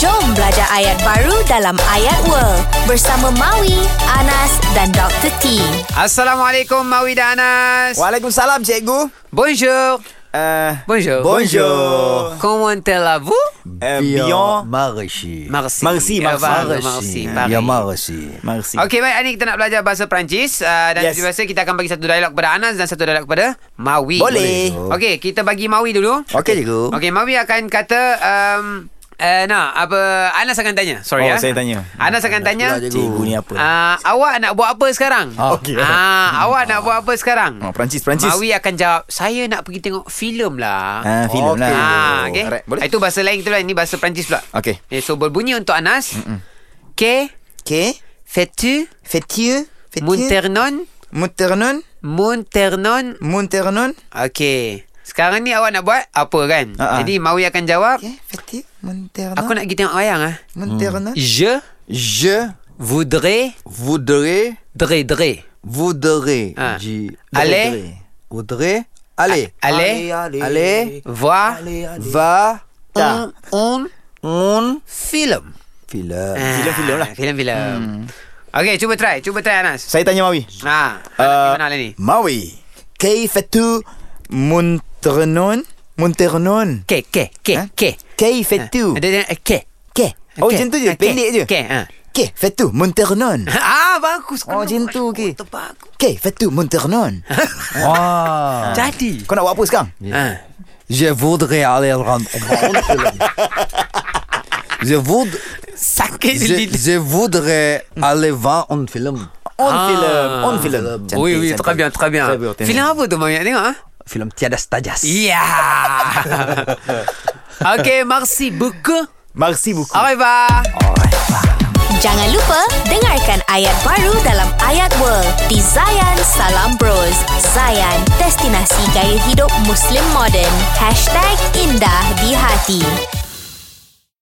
Belajar ayat baru dalam Ayat World bersama Maui, Anas dan Dr. T. Assalamualaikum Mawi dan Anas. Waalaikumsalam cikgu. Bonjour. Eh, Uh, Bonjour. bonjour. Comment allez-vous? Uh, Bien bien. Marchi. Merci. Merci, Ya, merci. ya, baru, Merci. Marchi. Paris. Bien Marchi. Merci. Okey baik Ani kita nak belajar bahasa Perancis uh, dan Yes. yes. biasa kita akan bagi satu dialog kepada Anas dan satu dialog kepada Mawi. Boleh. Okey, kita bagi Mawi dulu. Okey cikgu. Okey, Mawi akan kata um, uh, nah apa Anas akan tanya. Sorry Oh, ya. saya tanya. Anas akan tanya. pula, Cikgu ni apa? Uh, awak nak buat apa sekarang? Ah, okey. Ah, awak nak buat apa sekarang? Ah, Oh, Perancis, Perancis. Mawi akan jawab, saya nak pergi tengok filem lah. Ah, filem Okey. lah. Ah, okay. Alright, boleh? Itu bahasa lain kita lah. Ini bahasa Perancis pula. Okey. Eh, so berbunyi untuk Anas. Que Okey. fais-tu Fetieu. Monternon Monternon. Monternon Monternon. Okey Sekarang ni awak nak buat apa kan? Ah, ah. Jadi Mawi akan jawab Fetieu. Monternon. Aku nak pergi tengok wayang ah. Monternon. Je Je voudrais voudrais, Dre dre voudrais, Ah. je Allez. voudrais, voudrais, allez, Allez. allez, Voir Ah. va, un, un on, film file. Film-film lah Film-film Okey cuba try Cuba try Anas Hmm. Saya tanya Mawi. Ha Ah, Gimana lah ni? Mawi. Kei fetu Monternon. Monternon. Ke ke ke Ha? ke Kei fetu. Ada ada- ke Ke. Oh macam tu je. Pendek je. Ke ha. Ke fetu Monternon. Ah bagus Oh, macam tu, okey. Tepat aku Ke fetu Monternon. Ah. Jadi Kau nak buat apa sekarang? Ah. Je voudrais aller rendre Je voudrais. Sakit je, Je, je voudrais aller voir un film. On Ah. film, on film. Cantik, Oui, oui, cantik. très bien, très bien. Très bien, très Filem bien. apa tu Mami nak tengok? Ha? Film Tiada Stajas. Ya. okay, merci beaucoup. Merci beaucoup. Au revoir. Jangan lupa dengarkan ayat baru dalam Ayat World di Zayan Salam Bros. Zayan, destinasi gaya hidup Muslim modern. #IndahDiHati